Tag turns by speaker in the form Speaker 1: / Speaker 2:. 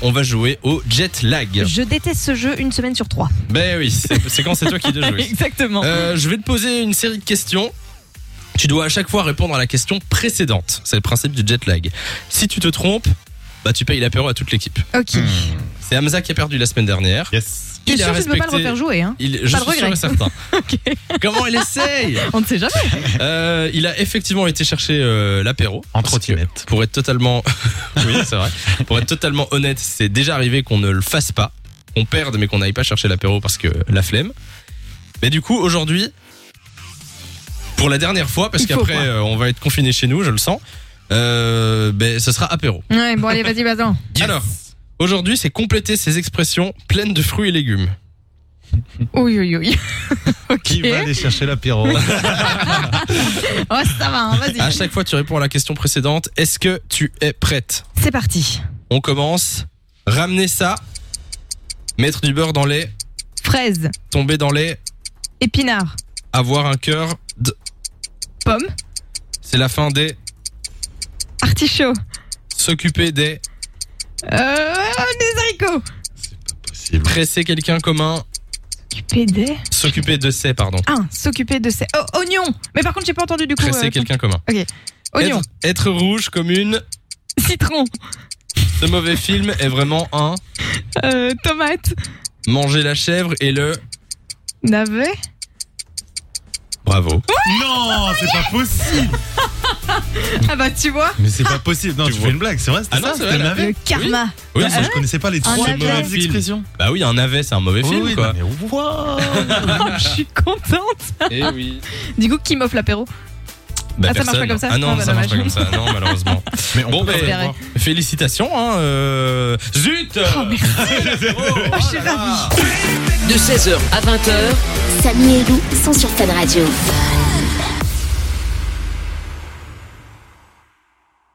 Speaker 1: on va jouer au jet lag.
Speaker 2: Je déteste ce jeu une semaine sur trois.
Speaker 1: Ben oui, c'est c'est quand c'est toi qui dois jouer.
Speaker 2: Exactement.
Speaker 1: Euh, je vais te poser une série de questions. Tu dois à chaque fois répondre à la question précédente. C'est le principe du jet lag. Si tu te trompes, bah tu payes l'apéro à toute l'équipe.
Speaker 2: ok.
Speaker 1: C'est Hamza qui a perdu la semaine dernière.
Speaker 3: Yes.
Speaker 2: Je suis
Speaker 1: Il a
Speaker 2: sûre que je ne peux pas le
Speaker 1: respecté-
Speaker 2: refaire jouer. Hein.
Speaker 1: Il, je
Speaker 2: Pas de
Speaker 1: suis sûr
Speaker 2: regret.
Speaker 1: et certain. Comment elle essaye
Speaker 2: On ne sait jamais.
Speaker 1: Euh, Il a effectivement été chercher euh, l'apéro.
Speaker 3: En
Speaker 1: Parce que,
Speaker 3: trottinette.
Speaker 1: Pour être totalement, oui c'est vrai. Pour être totalement honnête, c'est déjà arrivé qu'on ne le fasse pas, qu'on perde mais qu'on n'aille pas chercher l'apéro parce que la flemme. Mais du coup aujourd'hui, pour la dernière fois, parce
Speaker 2: Il faut
Speaker 1: qu'après
Speaker 2: quoi
Speaker 1: euh, on va être confiné chez nous, je le sens. Euh, ben ce sera apéro.
Speaker 2: Ouais, bon, allez, vas-y, vas-y.
Speaker 1: Alors aujourd'hui, c'est compléter ces expressions pleines de fruits et légumes.
Speaker 2: Oui, oui, oui.
Speaker 3: Qui va aller chercher l'apéro
Speaker 2: Oh, ça va, hein, vas-y.
Speaker 1: À chaque fois, tu réponds à la question précédente. Est-ce que tu es prête
Speaker 2: C'est parti.
Speaker 1: On commence. Ramener ça. Mettre du beurre dans les.
Speaker 2: Fraise,
Speaker 1: Tomber dans les.
Speaker 2: épinard,
Speaker 1: Avoir un cœur. d-
Speaker 2: pomme,
Speaker 1: C'est la fin des.
Speaker 2: artichaut,
Speaker 1: S'occuper des.
Speaker 2: euh, des haricots.
Speaker 3: Possible.
Speaker 1: Presser quelqu'un comme un.
Speaker 2: S'occuper des.
Speaker 1: S'occuper de ses, pardon.
Speaker 2: Ah, s'occuper de ces. Oh, oignons Mais par contre, j'ai pas entendu du coup.
Speaker 1: Presser
Speaker 2: euh,
Speaker 1: quelqu'un comme un.
Speaker 2: ton- Oignon,
Speaker 1: Être, être rouge comme une.
Speaker 2: citron,
Speaker 1: Ce mauvais film est vraiment un.
Speaker 2: euh, tomate,
Speaker 1: Manger la chèvre et le.
Speaker 2: navet.
Speaker 1: Bravo.
Speaker 3: Non, c'est pas possible.
Speaker 2: Ah bah, tu vois,
Speaker 3: Mais c'est pas possible. Non,
Speaker 1: Tu
Speaker 3: tu,
Speaker 1: vois.
Speaker 3: fais une blague, c'est vrai, c'était
Speaker 1: Ah non,
Speaker 3: ça, Ah.
Speaker 1: c'est
Speaker 3: c'était
Speaker 1: vrai,
Speaker 3: le navet.
Speaker 2: le karma.
Speaker 1: Oui,
Speaker 3: Putain,
Speaker 1: c'est-
Speaker 3: Je connaissais pas les
Speaker 2: Un
Speaker 3: trois
Speaker 2: navet.
Speaker 3: mauvaises expressions.
Speaker 1: bah oui, un navet, c'est un mauvais film,
Speaker 3: Oui,
Speaker 1: quoi.
Speaker 3: non, mais waouh.
Speaker 2: Oh, Je suis contente.
Speaker 1: Eh oui.
Speaker 2: Du coup, qui m'offre l'apéro
Speaker 1: Bah,
Speaker 2: Ah, ça marche
Speaker 1: personne.
Speaker 2: pas comme ça
Speaker 1: Ah non,
Speaker 2: Ah, bah,
Speaker 1: ça marche pas comme
Speaker 2: dommage.
Speaker 1: ça. Non, malheureusement.
Speaker 3: Mais on
Speaker 1: Bon,
Speaker 3: peut
Speaker 1: ben,
Speaker 3: pas savoir.
Speaker 1: Félicitations, hein. euh, Zut
Speaker 2: Oh, merci. Oh, je suis
Speaker 1: là là.
Speaker 2: ravie.
Speaker 4: De 16h à 20h,
Speaker 5: Samy et Lou sont sur Fan Radio.